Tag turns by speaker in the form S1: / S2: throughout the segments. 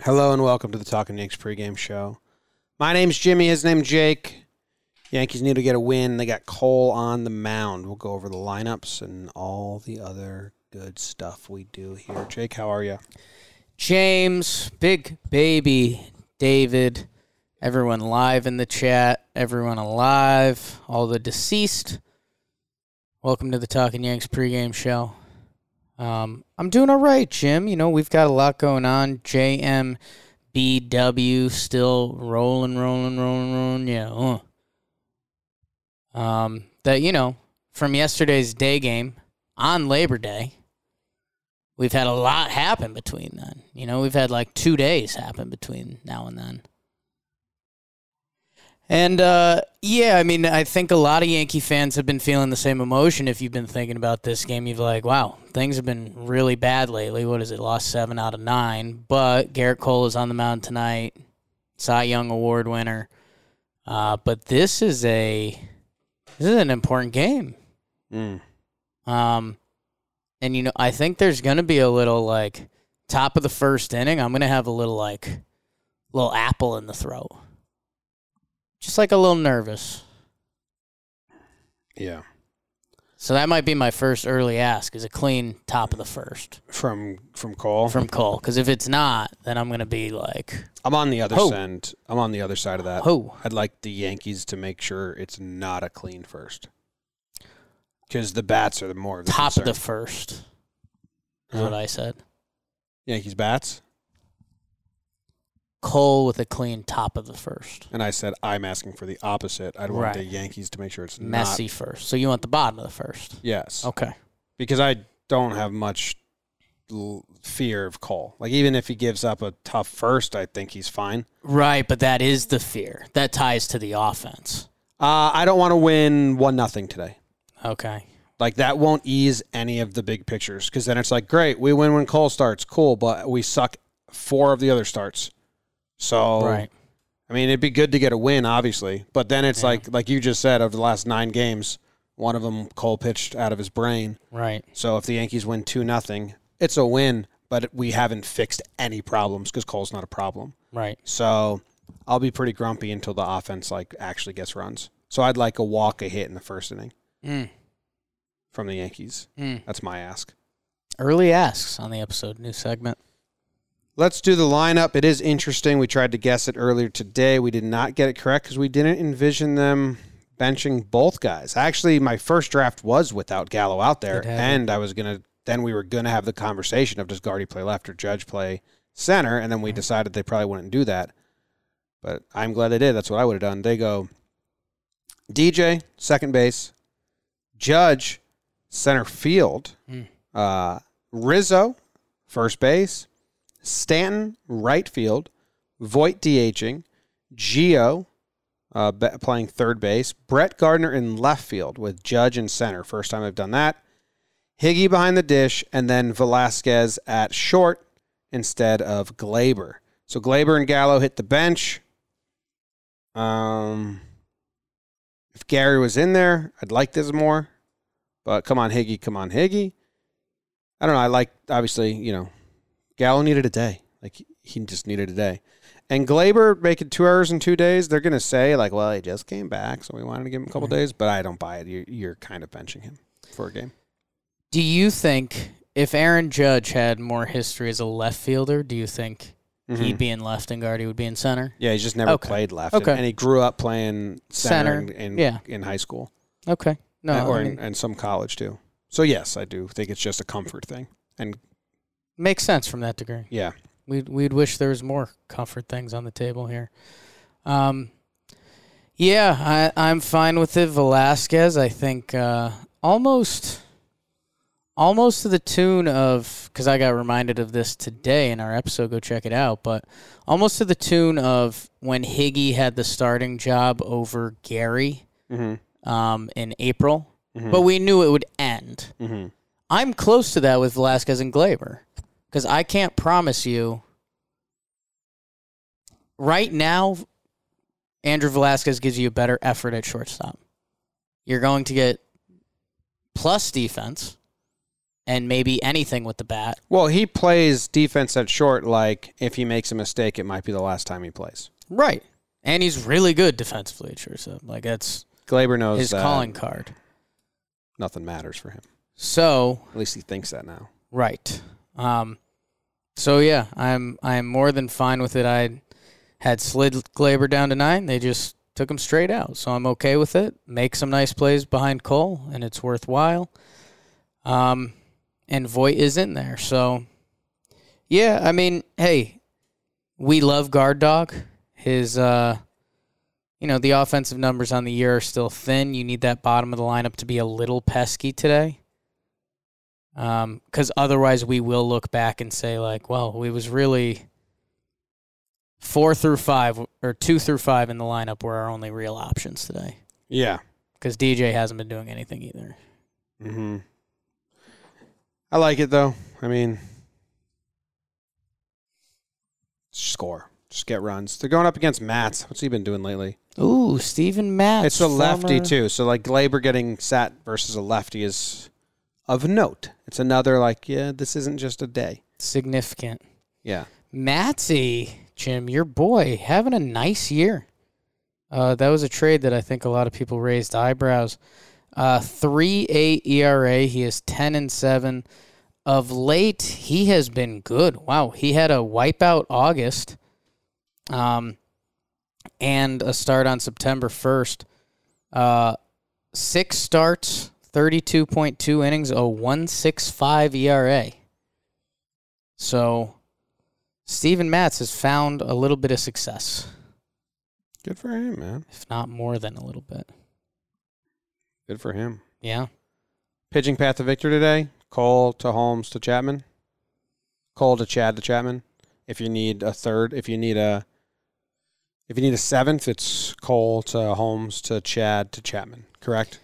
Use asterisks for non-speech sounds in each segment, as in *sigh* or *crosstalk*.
S1: Hello and welcome to the Talking Knicks pregame show. My name's Jimmy. His name's Jake. Yankees need to get a win. They got Cole on the mound. We'll go over the lineups and all the other good stuff we do here. Jake, how are you?
S2: James, Big Baby, David, everyone live in the chat, everyone alive, all the deceased. Welcome to the Talking Yanks pregame show. Um, I'm doing all right, Jim. You know, we've got a lot going on. JMBW still rolling, rolling, rolling, rolling. Yeah. uh. Um, that, you know, from yesterday's day game on Labor Day, we've had a lot happen between then. You know, we've had like two days happen between now and then. And uh, yeah, I mean, I think a lot of Yankee fans have been feeling the same emotion. If you've been thinking about this game, you've like, wow, things have been really bad lately. What is it? Lost seven out of nine, but Garrett Cole is on the mound tonight. Cy Young Award winner. Uh, but this is a this is an important game.
S1: Mm.
S2: Um, and you know, I think there's gonna be a little like top of the first inning. I'm gonna have a little like little apple in the throat, just like a little nervous.
S1: Yeah.
S2: So that might be my first early ask is a clean top of the first
S1: From from Cole.
S2: from Cole. Because if it's not, then I'm gonna be like,
S1: I'm on the other
S2: Ho.
S1: end. I'm on the other side of that.
S2: oh,
S1: I'd like the Yankees to make sure it's not a clean first. Because the bats are the more of the
S2: top of the
S1: concern.
S2: first is
S1: Uh-huh.
S2: what I said.
S1: Yankees bats,
S2: Cole with a clean top of the first,
S1: and I said I'm asking for the opposite. I'd want
S2: Right.
S1: the Yankees to make sure it's
S2: messy first. So you want the bottom of the first?
S1: Not, yes,
S2: Okay.
S1: because I don't have much l- fear of Cole. Like even if he gives up a tough first, I think he's fine.
S2: Right, but that is the fear. That ties to the offense.
S1: Uh, I don't want to win one nothing today.
S2: Okay.
S1: Like that won't ease any of the big pictures because then it's like, great, we win when Cole starts, cool, but we suck four of the other starts. So
S2: Right.
S1: I mean, it'd be good to get a win, obviously, but then it's like, like you just said, over the last nine games, one of them Cole pitched out of his brain.
S2: Right.
S1: So if the Yankees win two nothing, it's a win, but we haven't fixed any problems because Cole's not a problem.
S2: Right.
S1: So I'll be pretty grumpy until the offense like actually gets runs. So I'd like a walk, a hit in the first inning
S2: Mm.
S1: from the Yankees.
S2: Mm.
S1: That's my ask.
S2: Early asks on the episode, new segment.
S1: Let's do the lineup. It is interesting. We tried to guess it earlier today. We did not get it correct because we didn't envision them benching both guys. Actually, my first draft was without Gallo out there,
S2: Good habit.
S1: and I was gonna. Then we were gonna have the conversation of does Guardy play left or Judge play center, and then we decided they probably wouldn't do that. But I'm glad they did. That's what I would have done. They go DJ second base, Judge center field,
S2: Mm.
S1: uh, Rizzo first base, Stanton right field, Voit DHing, Geo uh, be- playing third base, Brett Gardner in left field with Judge in center. First time I've done that. Higgy behind the dish, and then Velasquez at short instead of Glaber. So Glaber and Gallo hit the bench. Um, if Gary was in there, I'd like this more. But come on, Higgy, come on, Higgy. I don't know. I like obviously, you know, Gallo needed a day. Like he just needed a day. And Glaber making two hours in two days, they're gonna say like, well, he just came back, so we wanted to give him a
S2: Mm-hmm.
S1: couple days. But I don't buy it. You're, you're kind of benching him for a game.
S2: Do you think if Aaron Judge had more history as a left fielder, do you think he'd be in left and Guardy would be in center?
S1: Yeah, he's just never
S2: Mm-hmm. Okay.
S1: played left.
S2: Okay.
S1: And, and he grew up playing center,
S2: Center.
S1: in, in,
S2: Yeah.
S1: in high school
S2: Okay. No.
S1: or
S2: I
S1: in,
S2: mean,
S1: and some college too. So yes, I do think it's just a comfort thing. And
S2: Makes sense from that degree.
S1: yeah,
S2: We'd we'd wish there was more comfort things on the table here. Um, yeah, I I'm fine with it. Velasquez, I think uh, almost almost to the tune of because I got reminded of this today in our episode. Go check it out, but almost to the tune of when Higgy had the starting job over Gary um, in April, but we knew it would end. I'm close to that with Velasquez and Glaber because I can't promise you right now. Andrew Velasquez gives you a better effort at shortstop. You're going to get plus defense and maybe anything with the bat.
S1: well, he plays defense at short. Like if he makes a mistake, it might be the last time he plays.
S2: Right. And he's really good defensively at shortstop. Like that's
S1: Glaber knows
S2: his
S1: that
S2: calling card.
S1: nothing matters for him.
S2: So
S1: At least he thinks that now.
S2: Right. Um, so yeah, I'm I'm more than fine with it. I had slid Glaber down to nine. They just took him straight out, so I'm okay with it. Make some nice plays behind Cole, and it's worthwhile. Um, and Voit is in there, so yeah. I mean, hey, we love guard dog. His uh, you know, the offensive numbers on the year are still thin. You need that bottom of the lineup to be a little pesky today because Um, otherwise we will look back and say like, well, we was really four through five or two through five in the lineup were our only real options today
S1: Yeah.
S2: because DJ hasn't been doing anything either.
S1: hmm I like it though. I mean, score, just get runs. They're going up against Mats. What's he been doing lately?
S2: Ooh, Steven Matz.
S1: it's a lefty
S2: former-
S1: too. So like Glaber getting sat versus a lefty is of note. It's another like yeah, this isn't just a day.
S2: Significant.
S1: Yeah.
S2: Matsy, Jim, your boy, having a nice year. Uh, that was a trade that I think a lot of people raised eyebrows. Uh, three eight ERA. He is ten and seven. Of late, he has been good. Wow, he had a wipeout August, um, and a start on September first. Uh, six starts, thirty-two point two innings, a one six five ERA. So Steven Matz has found a little bit of success,
S1: Good for him, man.
S2: if not more than a little bit.
S1: Good for him.
S2: Yeah.
S1: Pitching path to victor today. Cole to Holmes to Chapman. Cole to Chad to Chapman. If you need a third, if you need a if you need a seventh, it's Cole to Holmes to Chad to Chapman. Correct?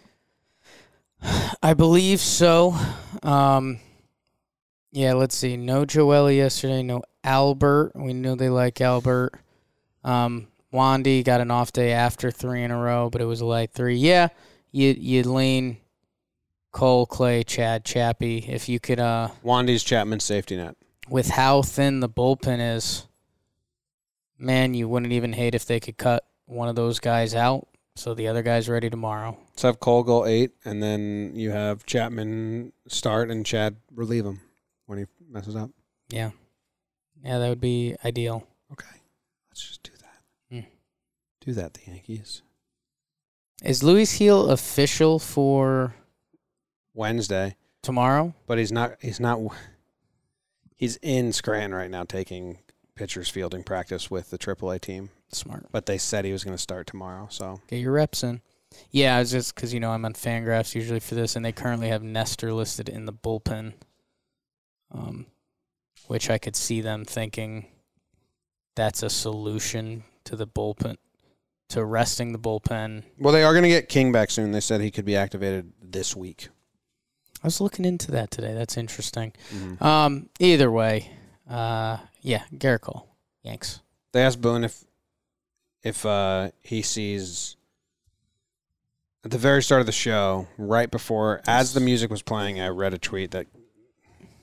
S2: I believe so. Um, yeah, let's see. No Joel yesterday. No Albert. We know they like Albert. Um, Wandy got an off day after three in a row, but it was a light three. Yeah, you you'd lean Cole, Clay, Chad, Chappie if you could. Uh,
S1: Wandy's Chapman safety net.
S2: with how thin the bullpen is, man, you wouldn't even hate if they could cut one of those guys out so the other guy's ready tomorrow.
S1: Let's have Cole go eight, and then you have Chapman start and Chad relieve him when he messes up.
S2: Yeah. Yeah, that would be ideal.
S1: Okay. Let's just do that.
S2: Mm.
S1: Do that, the Yankees.
S2: Is Luis Heel official for
S1: Wednesday.
S2: tomorrow?
S1: but he's not he's not he's in Scranton right now taking pitchers fielding practice with the AAA team.
S2: Smart.
S1: But they said he was going to start tomorrow, so
S2: Get your reps in. Yeah, it's just because, you know, I'm on Fangraphs usually for this, and they currently have Nestor listed in the bullpen, um, which I could see them thinking that's a solution to the bullpen, to resting the bullpen.
S1: well they are going to get King back soon. They said he could be activated this week.
S2: I was looking into that today. That's interesting. Um, either way, uh, yeah, Garrett Cole, Yanks.
S1: They asked Boone if if uh, he sees at the very start of the show, right before as the music was playing, I read a tweet that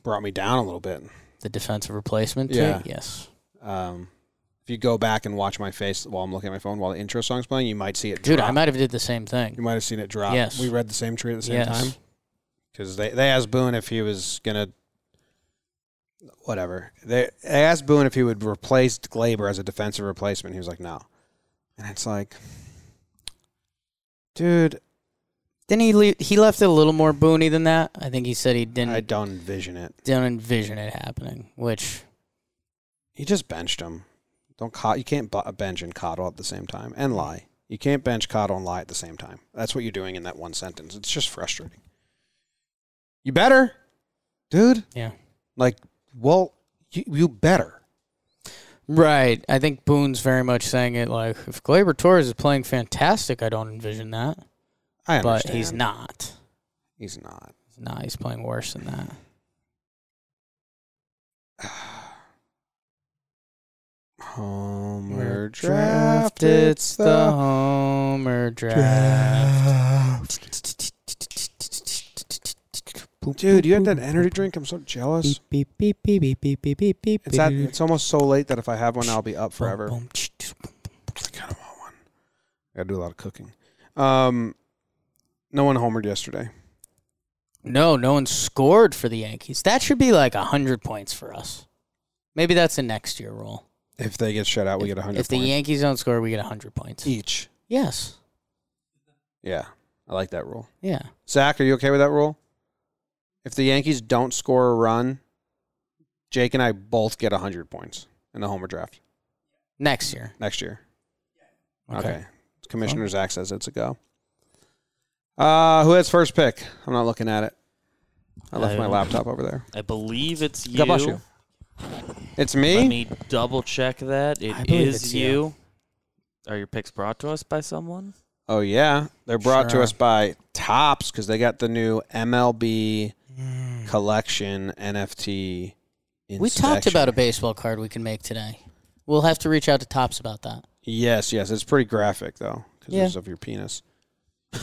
S1: brought me down a little bit.
S2: The defensive replacement, too?
S1: Yeah.
S2: Yes.
S1: Um, if you go back and watch my face while I'm looking at my phone while the intro song's playing, you might see it.
S2: Dude,
S1: drop.
S2: I might have did the same thing.
S1: You might have seen it drop.
S2: Yes.
S1: We read the same tweet at the same
S2: yes.
S1: time because they, they asked Boone if he was gonna whatever. They, they asked Boone if he would replace Glaber as a defensive replacement. He was like, no. And it's like, dude,
S2: Didn't he? Leave, he left it a little more boony than that. I think he said he didn't
S1: I don't envision it.
S2: don't envision it happening. Which
S1: He just benched him. Don't cot. You can't bu- bench and coddle at the same time and lie. You can't bench, coddle, and lie at the same time. That's what you're doing in that one sentence. It's just frustrating. You better, dude.
S2: yeah,
S1: Like, well, you, you better.
S2: right. I think Boone's very much saying it like if Glaber Torres is playing fantastic, I don't envision that,
S1: I
S2: but
S1: understand.
S2: he's not.
S1: He's not. *sighs*
S2: He's not. He's playing worse than that.
S1: Homer draft. It's
S2: the
S1: the
S2: Homer draft.
S1: dude. You had that energy drink. I'm so jealous.
S2: Beep beep beep beep beep beep beep beep.
S1: It's at, It's almost so late that if I have one, I'll be up forever.
S2: Boom, ch-
S1: I kind of want one. I gotta do a lot of cooking. Um, no one homered yesterday.
S2: No, no one scored for the Yankees. That should be like 100 points for us. Maybe that's a next year rule.
S1: If they get shut out, we get 100
S2: If the
S1: points
S2: Yankees don't score, we get 100 points.
S1: each.
S2: Yes.
S1: Yeah, I like that rule.
S2: Yeah.
S1: Zach, are you okay with that rule? If the Yankees don't score a run, Jake and I both get 100 points in the homer draft
S2: Next year.
S1: next year.
S2: Okay.
S1: Okay. Commissioner Zach says it's a go. Uh, who has first pick? I'm not looking at it. I left
S3: I
S1: my
S2: Um,
S3: don't-
S1: laptop over there.
S3: I believe it's you.
S1: God bless you. It's
S3: Let
S1: me.
S3: me double check that.
S2: I
S3: It
S2: believe
S3: is
S2: it's
S3: you.
S2: you.
S3: Are your picks brought to us by someone?
S1: Oh yeah, they're brought
S2: Sure.
S1: to us by Tops because they got the new MLB collection NFT. Inspection.
S2: We talked about a baseball card we can make today. We'll have to reach out to Tops about that.
S1: Yes, yes, it's pretty graphic though because
S2: Yeah.
S1: it's of your penis.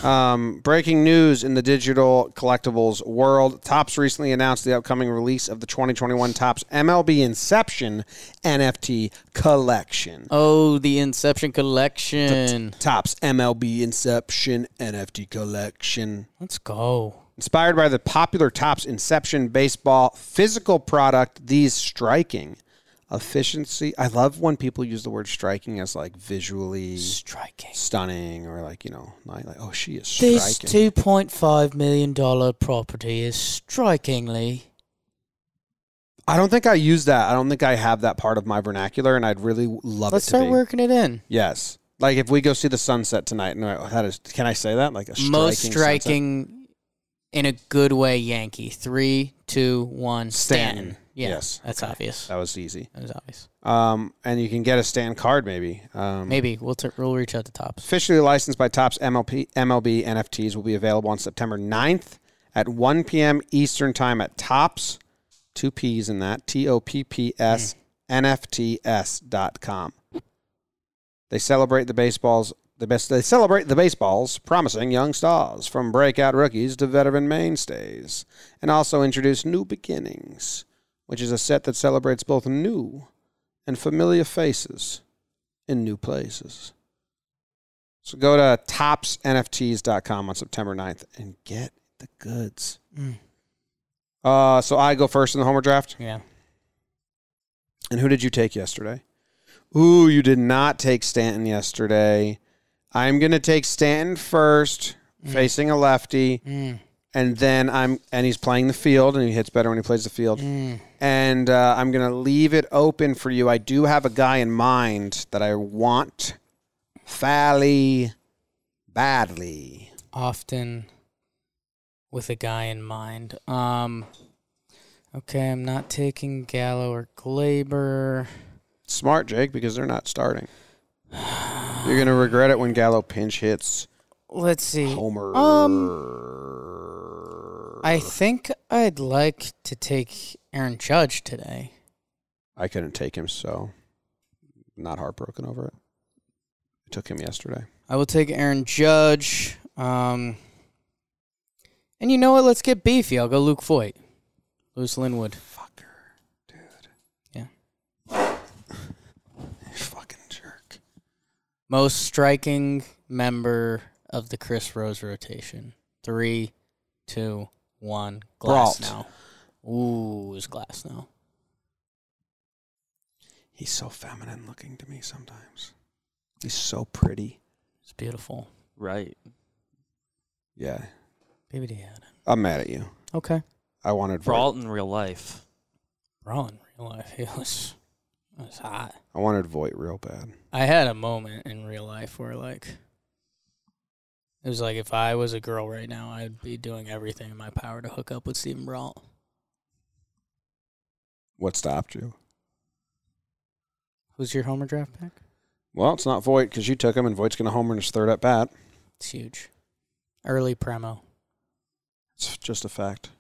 S1: Um, breaking news in the digital collectibles world: Tops recently announced the upcoming release of the 2021 Tops MLB Inception NFT collection.
S2: Oh, the Inception Collection.
S1: Tops MLB Inception NFT collection.
S2: Let's go.
S1: Inspired by the popular Topps Inception baseball physical product, these striking efficiency. I love when people use the word striking as like visually
S2: Striking. stunning
S1: stunning or like, you know, like, like, oh, she is striking.
S2: This $2.5 million property is strikingly.
S1: I don't think I use that. I don't think I have that part of my vernacular and I'd really love
S2: Let's
S1: it to
S2: start
S1: be.
S2: working it in.
S1: Yes.
S2: "Yes."
S1: Like if we go see the sunset tonight and I, that is, can I say that? Like a striking
S2: Most
S1: sunset?
S2: striking in a good way, Yankee. Three, two, one. Stanton.
S1: Stanton.
S2: Yeah,
S1: Yes. Uh,
S2: That's obvious.
S1: That was easy.
S2: That was obvious.
S1: Um, and you can get a stand card maybe. Um,
S2: Maybe we'll t- we'll reach out to tops.
S1: officially licensed by Topps MLB, MLB NFTs will be available on September 9th at 1 p.m. Eastern Time at Topps, two P's in that, T O P P S NFTS.com. They celebrate the baseball's the best they celebrate the baseball's promising young stars from breakout rookies to veteran mainstays and also introduce New Beginnings, which is a set that celebrates both new and familiar faces in new places. So go to topsnfts.com on September 9th and get the goods. Uh, so I go first in the homer draft.
S2: Yeah.
S1: And who did you take yesterday? Ooh, you did not take Stanton yesterday. I'm going to take Stanton first, facing a lefty.
S2: Mm,
S1: And then I'm, and he's playing the field, and he hits better when he plays the field.
S2: mm.
S1: And uh, I'm going to leave it open for you. I do have a guy in mind that I want fairly badly.
S2: Often with a guy in mind. Um. Okay, I'm not taking Gallo or Glaber. *sighs*
S1: Smart, Jake, because they're not starting. You're going to regret it when Gallo pinch hits
S2: Let's see.
S1: Homer.
S2: Um, I think I'd like to take Aaron Judge today.
S1: I couldn't take him, so not heartbroken over it. I took him yesterday.
S2: I will take Aaron Judge. Um, and you know what? Let's get beefy. I'll go Luke Voigt. Luis Linwood.
S1: Fucker, dude.
S2: Yeah.
S1: You *laughs* fucking jerk.
S2: Most striking member of the Chris Rose rotation. Three, two, one. Glass
S1: Brault.
S2: now. Ooh, is glass now.
S1: He's so feminine looking to me sometimes. He's so pretty.
S2: It's beautiful.
S3: Right.
S1: Yeah.
S2: Baby Diana.
S1: I'm mad at you.
S2: Okay.
S1: I wanted Voigt.
S3: Brawl in
S1: *laughs*
S3: real life.
S2: Brawl in real life. *laughs* It was, it was hot.
S1: I wanted Voight real bad.
S2: I had a moment in real life where, like, it was like if I was a girl right now, I'd be doing everything in my power to hook up with Stephen Brawl.
S1: What stopped you?
S2: Who's your homer draft pick?
S1: Well, it's not Voight because you took him, and Voight's going to homer in his third at bat.
S2: It's huge. Early premo.
S1: It's just a fact.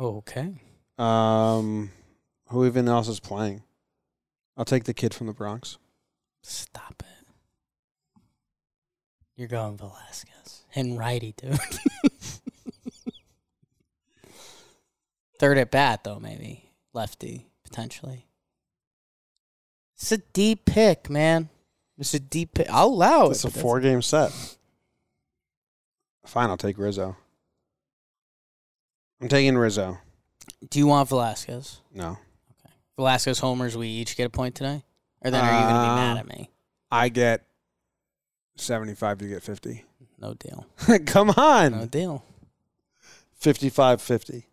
S2: Okay.
S1: Um, who even else is playing? I'll take the kid from the Bronx.
S2: Stop it. You're going Velasquez and righty, dude. *laughs* Third at bat, though, maybe lefty potentially. It's a deep pick, man. It's a deep pick. I'll allow it.
S1: Oh, it's a
S2: but that's-
S1: four-game set. Fine, I'll take Rizzo. I'm taking Rizzo.
S2: Do you want Velasquez?
S1: No,
S2: Velasquez homers. We each get a point today, or then are you gonna be mad
S1: Uh,
S2: at me?
S1: I get seventy-five to get fifty.
S2: No deal.
S1: *laughs* Come on,
S2: No deal.
S1: Uh, fifty-five fifty.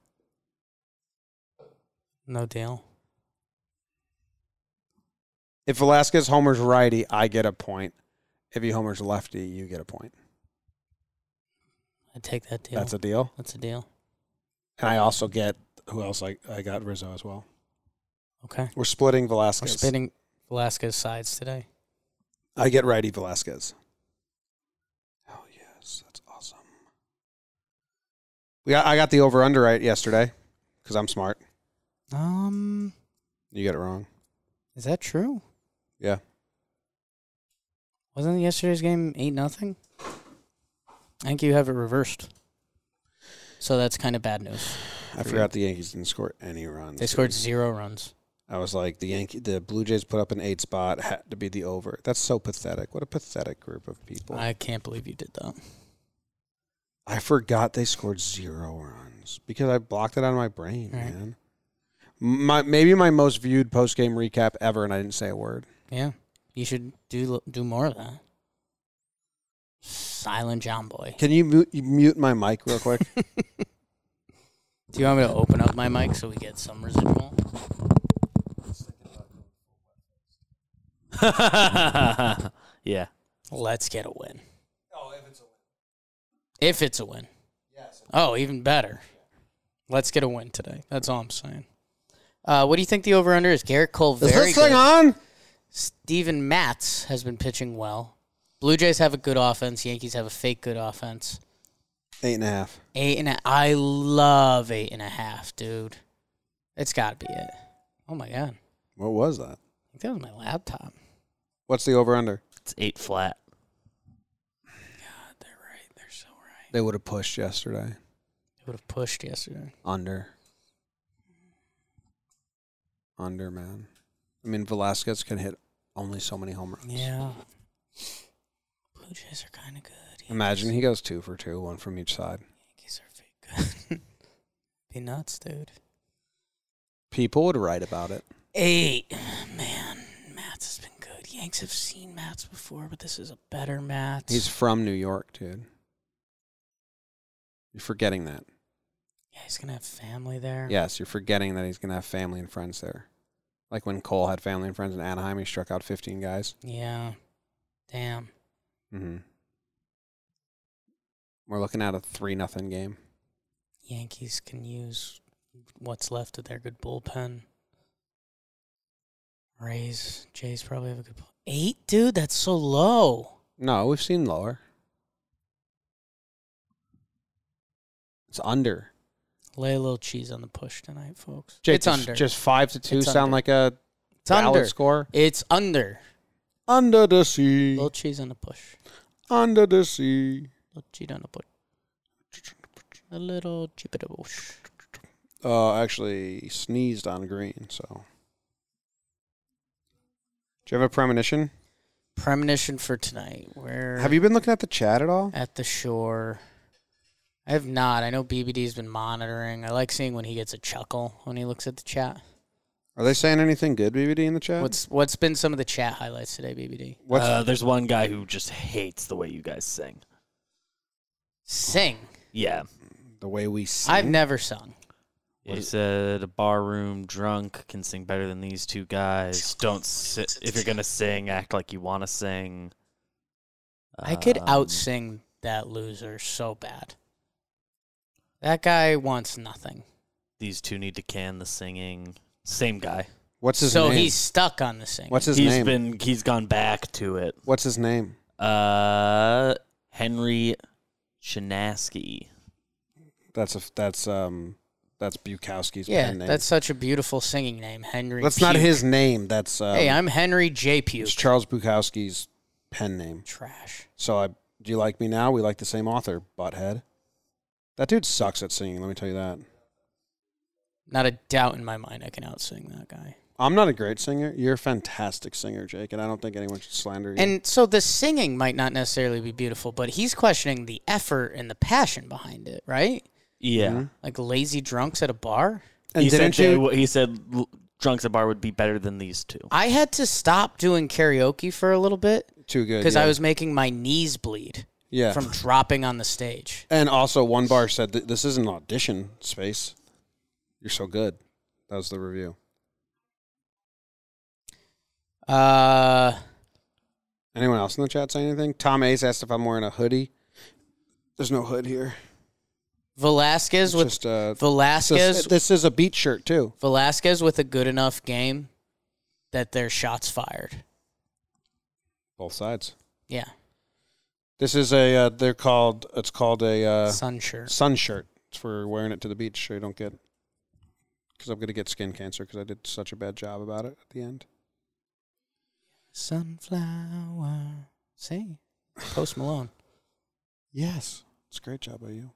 S2: No deal.
S1: If Velasquez homers righty, I get a point. If he homers lefty, you get a point.
S2: I take that deal.
S1: That's a deal.
S2: That's a deal.
S1: And I also get who else? I I got Rizzo as well.
S2: Okay.
S1: We're splitting
S2: We're
S1: Velasquez.
S2: spinning Velasquez sides today.
S1: I get righty Velasquez. Hell yes, that's awesome. We got, I got the over under right yesterday because I'm smart.
S2: Um,
S1: You got it wrong.
S2: is that true?
S1: Yeah.
S2: Wasn't yesterday's game eight nothing? I think you have it reversed. So that's kind of bad news.
S1: I
S2: Three.
S1: forgot the Yankees didn't score any runs.
S2: They scored zero runs.
S1: I was like the Yankee, the Blue Jays put up an eight spot had to be the over. That's so pathetic. What a pathetic group of people. I,
S2: I can't believe you did that.
S1: forgot they scored zero runs because I blocked it out of my brain,
S2: Right.
S1: man. My maybe my most viewed post game recap ever, and I didn't say a word.
S2: Yeah, you should do do more of that. Silent John Boy.
S1: Can you mute, you mute my mic real *laughs* quick?
S2: Do you want me to open up my mic so we get some residual?
S3: yeah.
S2: Let's get a win. Oh, if it's a win. If it's a win. Yes. Oh, even better. Let's get a win today. That's all I'm saying. Uh, what do you think the over under is? Garrett Cole very
S1: Is this
S2: good.
S1: thing on?
S2: Steven Matz has been pitching well. Blue Jays have a good offense. Yankees have a fake good offense.
S1: Eight and a half.
S2: Eight and a, I love eight and a half, dude. It's got to be it. Oh my god,
S1: What was that?
S2: I think that was my laptop.
S1: What's the over under?
S3: It's eight flat.
S2: God, they're right. They're so right.
S1: They would have pushed yesterday.
S2: They would have pushed yesterday.
S1: Under. Under, man. I mean, Velasquez can hit only so many home runs.
S2: Yeah. Blue Jays are kind of good.
S1: Imagine he goes two for two, one from each side.
S2: Yankees are fake *laughs* good. Be nuts, dude.
S1: People would write about it.
S2: Eight. Man, Mats has been good. Yanks have seen Mats before, but this is a better Mats.
S1: He's from New York, dude. You're forgetting that.
S2: yeah, he's going to have family there.
S1: Yes, you're forgetting that he's going to have family and friends there. Like when Cole had family and friends in Anaheim, he struck out 15 guys.
S2: Yeah. Damn.
S1: Mm-hmm. We're looking at a 3 nothing game.
S2: Yankees can use what's left of their good bullpen. Rays, Jays probably have a good bull- Eight, dude? That's so low.
S1: No, we've seen lower. It's under.
S2: Lay a little cheese on the push tonight, folks.
S1: Jake,
S2: it's
S1: does
S2: under.
S1: Just five to two
S2: It's
S1: sound
S2: under.
S1: like a
S2: it's
S1: ballot
S2: under.
S1: score.
S2: It's under.
S1: Under the sea,
S2: Little cheese on the push.
S1: under the sea.
S2: Little cheese on the push. A little cheapity bush.
S1: Uh, actually sneezed on green. So, do you have a premonition?
S2: Premonition for tonight. Where
S1: Have you been looking at the chat at all?
S2: at the shore? I have not. I know BBD's been monitoring. I like seeing when he gets a chuckle when he looks at the chat.
S1: Are they saying anything good, BBD, in the chat?
S2: What's uh, what's been some of the chat highlights today, BBD?
S1: What's
S3: Uh, there's one guy who just hates the way you guys sing.
S2: Sing.
S3: Yeah.
S1: The way we sing.
S2: I've never sung.
S3: He said a barroom drunk can sing better than these two guys. Don't sit if you're gonna sing, act like you wanna sing.
S2: I could
S3: Um,
S2: out sing that loser so bad. That guy wants nothing.
S3: These two need to can the singing. Same guy.
S1: What's his
S2: so
S1: name?
S2: he's stuck on the singing.
S1: What's
S3: He's
S1: his name?
S3: been he's gone back to it.
S1: What's his name?
S3: Uh Henry Chinaski.
S1: That's a that's um that's Bukowski's
S2: yeah,
S1: pen name.
S2: that's such a beautiful singing name, Henry.
S1: that's not
S2: Pugh.
S1: his name. That's um,
S2: Hey, I'm Henry J. Pugh.
S1: it's Charles Bukowski's pen name.
S2: Trash.
S1: So I do you like me now? We like the same author, butthead. That dude sucks at singing. Let me tell you that.
S2: Not a doubt in my mind I can out sing that guy.
S1: I'm not a great singer. You're a fantastic singer, Jake, and I don't think anyone should slander you.
S2: And so the singing might not necessarily be beautiful, but he's questioning the effort and the passion behind it, right?
S3: Yeah.
S2: Like lazy drunks at a bar.
S1: And
S3: he
S1: didn't
S3: said they
S1: you?
S3: w- he said l- drunks at bar would be better than these two.
S2: I had to stop doing karaoke for a little bit
S1: too good.
S2: because
S1: Uh, yeah.
S2: I was making my knees bleed
S1: yeah.
S2: from dropping on the stage.
S1: and also, one bar said th- this isn't audition space. You're so good. That was the review.
S2: Uh,
S1: Anyone else in the chat say anything? Tom Ace asked if I'm wearing a hoodie. There's no hood here. It's
S2: Velasquez with
S1: just uh, this,
S2: Velasquez
S1: is- this is a beach shirt too.
S2: Velasquez with a good enough game that their shots fired.
S1: Both sides.
S2: Yeah,
S1: This is a. Uh, they're called. It's called a uh,
S2: sun shirt.
S1: sun shirt. It's for wearing it to the beach, so you don't get. Because I'm gonna get skin cancer because I did such a bad job about it at the end.
S2: Sunflower. Sing. Post Malone.
S1: Yes, it's a great job by you.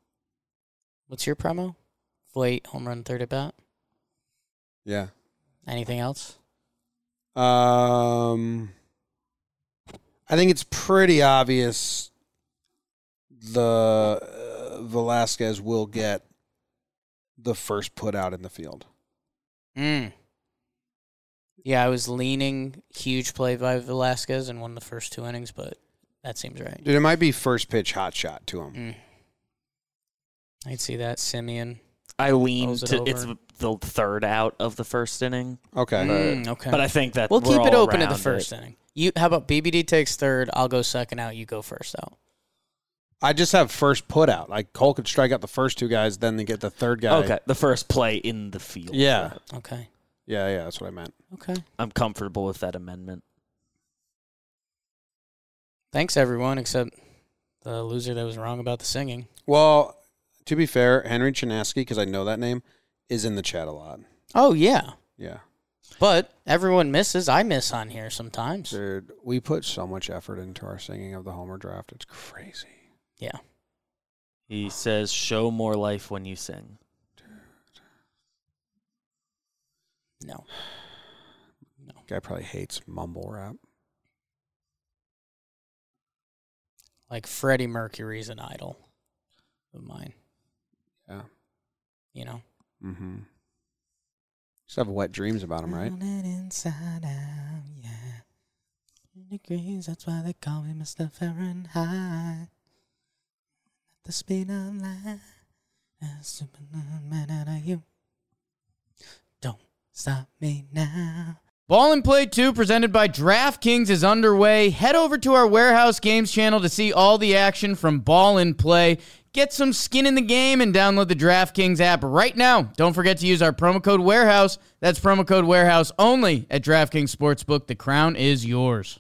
S2: What's your promo? Wait, home run third at bat.
S1: Yeah.
S2: Anything else?
S1: Um, I think it's pretty obvious the uh, Velasquez will get the first put out in the field.
S3: Hmm.
S2: Mm. Yeah, I was leaning huge play by Velasquez and won the first two innings, but that seems right.
S1: Dude, it might be first pitch hot shot to him.
S2: Mm. I'd see that Simeon.
S3: I lean
S2: Throws it
S3: to it's
S2: over.
S3: the third out of the first inning,
S1: Okay.
S2: Mm, okay,
S3: but I think that
S2: we'll
S3: we're
S2: keep it
S3: all
S2: open to the
S3: around
S2: first inning. You how about BBD takes third? I'll go second out. You go first out.
S1: I just have first put out. Like Cole could strike out the first two guys, then they get the third guy.
S3: Okay, the first play in the field.
S1: Yeah.
S2: Okay,
S1: Yeah, yeah, that's what I meant.
S2: okay.
S3: I'm comfortable with that amendment.
S2: Thanks everyone, except the loser that was wrong about the singing.
S1: Well, to be fair, Henry Chinaski, because I know that name, is in the chat a lot.
S2: Oh yeah,
S1: Yeah.
S2: but everyone misses. I miss on here sometimes.
S1: Dude, we put so much effort into our singing of the Homer draft. It's crazy.
S2: Yeah.
S3: He says, "Show more life when you sing."
S2: No.
S1: Guy probably hates mumble rap.
S2: Like Freddie Mercury's an idol of mine,
S1: Yeah.
S2: you know?
S1: Mm-hmm. Just have wet dreams about him, right?
S2: Down and inside out, yeah. Degrees, that's why they call me Mr. Fahrenheit. At the speed of light, a superman out of you. Don't stop me now.
S4: Ball and Play 2 presented by DraftKings is underway. Head over to our Warehouse Games channel to see all the action from Ball and Play. Get some skin in the game and download the DraftKings app right now. Don't forget to use our promo code Warehouse. That's promo code Warehouse only at DraftKings Sportsbook. The crown is yours.